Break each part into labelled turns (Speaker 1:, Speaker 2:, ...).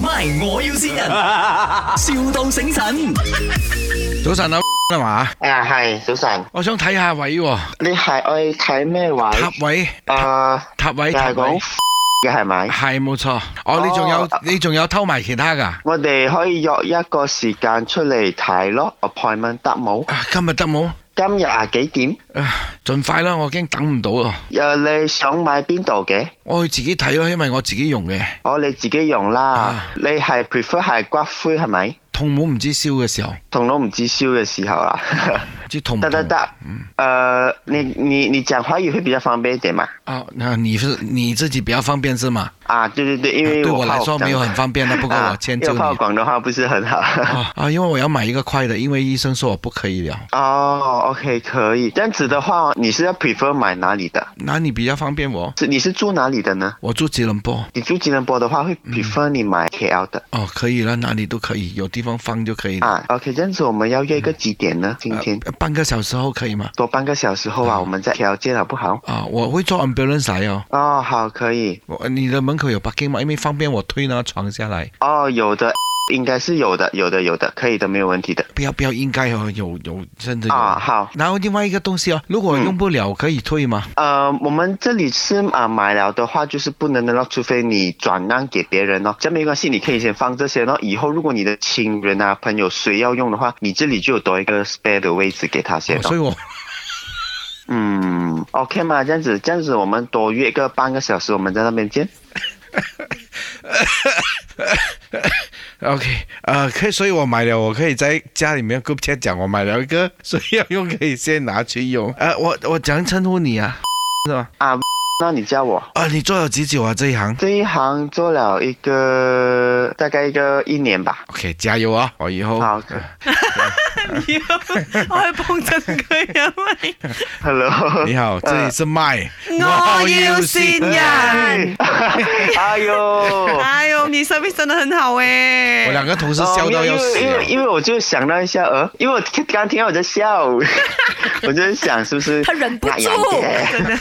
Speaker 1: My，我要先人，, 笑到醒神。
Speaker 2: 早晨啊 啊嘛，
Speaker 3: 啊，係早晨，
Speaker 2: 我想睇下位喎，
Speaker 3: 你係愛睇咩位？
Speaker 2: 塔位，
Speaker 3: 啊，
Speaker 2: 塔位，
Speaker 3: 就
Speaker 2: 塔
Speaker 3: 係
Speaker 2: 位
Speaker 3: 講，嘅係咪？
Speaker 2: 係冇錯。哦，你仲有
Speaker 3: 哦
Speaker 2: 你仲有偷埋其他噶？
Speaker 3: 我哋可以約一個時間出嚟睇咯，appointment 得冇？
Speaker 2: 啊今日得冇？
Speaker 3: 今日啊幾點？
Speaker 2: 啊，盡快啦，我驚等唔到啊！
Speaker 3: 又你想買邊度嘅？
Speaker 2: 我去自己睇咯，因為我自己用嘅。
Speaker 3: 我你自己用啦
Speaker 2: 啊。
Speaker 3: 你係 prefer 係骨灰係咪？
Speaker 2: 痛冇唔知燒嘅時候，
Speaker 3: 同佬唔知燒嘅時候啦。
Speaker 2: 唔知痛唔
Speaker 3: 得
Speaker 2: 痛？
Speaker 3: 得得，Ờ, 呃，你你你講華語會比較方便一點嘛？
Speaker 2: 啊，那你是你自己比较方便是 嗎？
Speaker 3: 啊，對對對，因為
Speaker 2: 对我
Speaker 3: 我怕
Speaker 2: 来
Speaker 3: 我
Speaker 2: 说
Speaker 3: 講
Speaker 2: 没有很方便的，不过我
Speaker 3: 啊，
Speaker 2: 迁
Speaker 3: 因為
Speaker 2: 就
Speaker 3: 我
Speaker 2: 你
Speaker 3: 怕我廣東話不是很好。
Speaker 2: 啊啊，因为我要买一个快的，因为医生说我不可以了。
Speaker 3: 哦，OK，可以。这样子的话，你是要 prefer 买哪里的？
Speaker 2: 那你比较方便我？
Speaker 3: 是你是住哪里的呢？
Speaker 2: 我住吉隆坡
Speaker 3: 你住吉隆坡的话，会 prefer 你买 KL 的、
Speaker 2: 哦，可以了，哪里都可以，有地方放就可以了。
Speaker 3: 啊。OK，这样子我们要约一个几点呢？今天、
Speaker 2: 呃半个小时后可以吗？
Speaker 3: 多半个小时后啊，我们在 KL 见好不好？
Speaker 2: 啊，我会做 ambulance 来哦。
Speaker 3: 哦，好，可以。
Speaker 2: 我你的门口有 parking 吗？因为方便我推那个床下来。
Speaker 3: 哦，有的，应该是有的，有的，有的，可以的，没有问题的。
Speaker 2: 不要不要，应该哦，有有真的有。
Speaker 3: 啊，好。
Speaker 2: 然后另外一个东西哦，如果用不了、可以退吗？
Speaker 3: 呃，我们这里是啊、买了的话，就是不能的咯，除非你转让给别人哦。这样没关系，你可以先放这些咯。以后如果你的亲人啊、朋友谁要用的话，你这里就有多一个 spare 的位置给他先
Speaker 2: 哦
Speaker 3: 咯。
Speaker 2: 所以我
Speaker 3: 嗯，OK 嘛，这样子，这样子我们多约个半个小时，我们在那边见。
Speaker 2: OK，呃，可以，所以我买了，我可以在家里面 group chat 讲，我买了一个， 所以要用可以先拿去用。呃，我我怎样称呼你啊？是吧？
Speaker 3: 那你叫我
Speaker 2: 啊、你做了几久啊这一行
Speaker 3: 这一行做了一个大概一个一年吧。
Speaker 2: ？OK，加油啊！我以后
Speaker 3: 好
Speaker 4: 要，哎我係幫襯佢，因為
Speaker 3: ，Hello，
Speaker 2: 你好，这里是麦，
Speaker 4: 我要善人。
Speaker 3: 哎呦。
Speaker 4: 哎呦，你 service 真的很好哎、
Speaker 2: 我两个同事笑到要死啊
Speaker 3: 哦因为因为因为
Speaker 2: 了。
Speaker 3: 因为我就想到一下，呃，因为我刚刚听到我在笑， 我就在想是不 是
Speaker 5: 他忍不
Speaker 3: 那样
Speaker 5: 住
Speaker 3: 的
Speaker 4: 真的，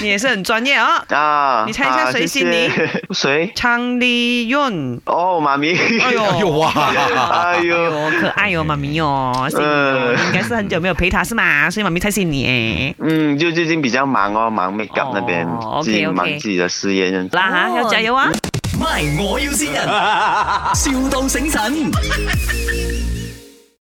Speaker 4: 你也是很专业啊、
Speaker 3: 啊？
Speaker 4: 你猜一下
Speaker 3: 啊谢
Speaker 4: 谁
Speaker 3: 谢
Speaker 4: 姓林
Speaker 3: 谁？
Speaker 4: 昌利润，
Speaker 3: 哦，妈咪，
Speaker 4: 哎呦，
Speaker 2: 哎呦哇！
Speaker 3: 哎
Speaker 4: 哎
Speaker 3: 呦，
Speaker 4: 呦，可爱哦，妈咪哦，是你哦
Speaker 3: 嗯
Speaker 4: 你应该是很久没有陪她是吗？所以妈咪才信你哎。
Speaker 3: 嗯，就最近比较忙哦，忙 make up
Speaker 4: 哦
Speaker 3: 那边，
Speaker 4: ，OK，
Speaker 3: 自己
Speaker 4: OK
Speaker 3: 忙自己的事业，这样子
Speaker 4: 啦哈，要加油啊！
Speaker 1: My，我要先人，,笑到醒神。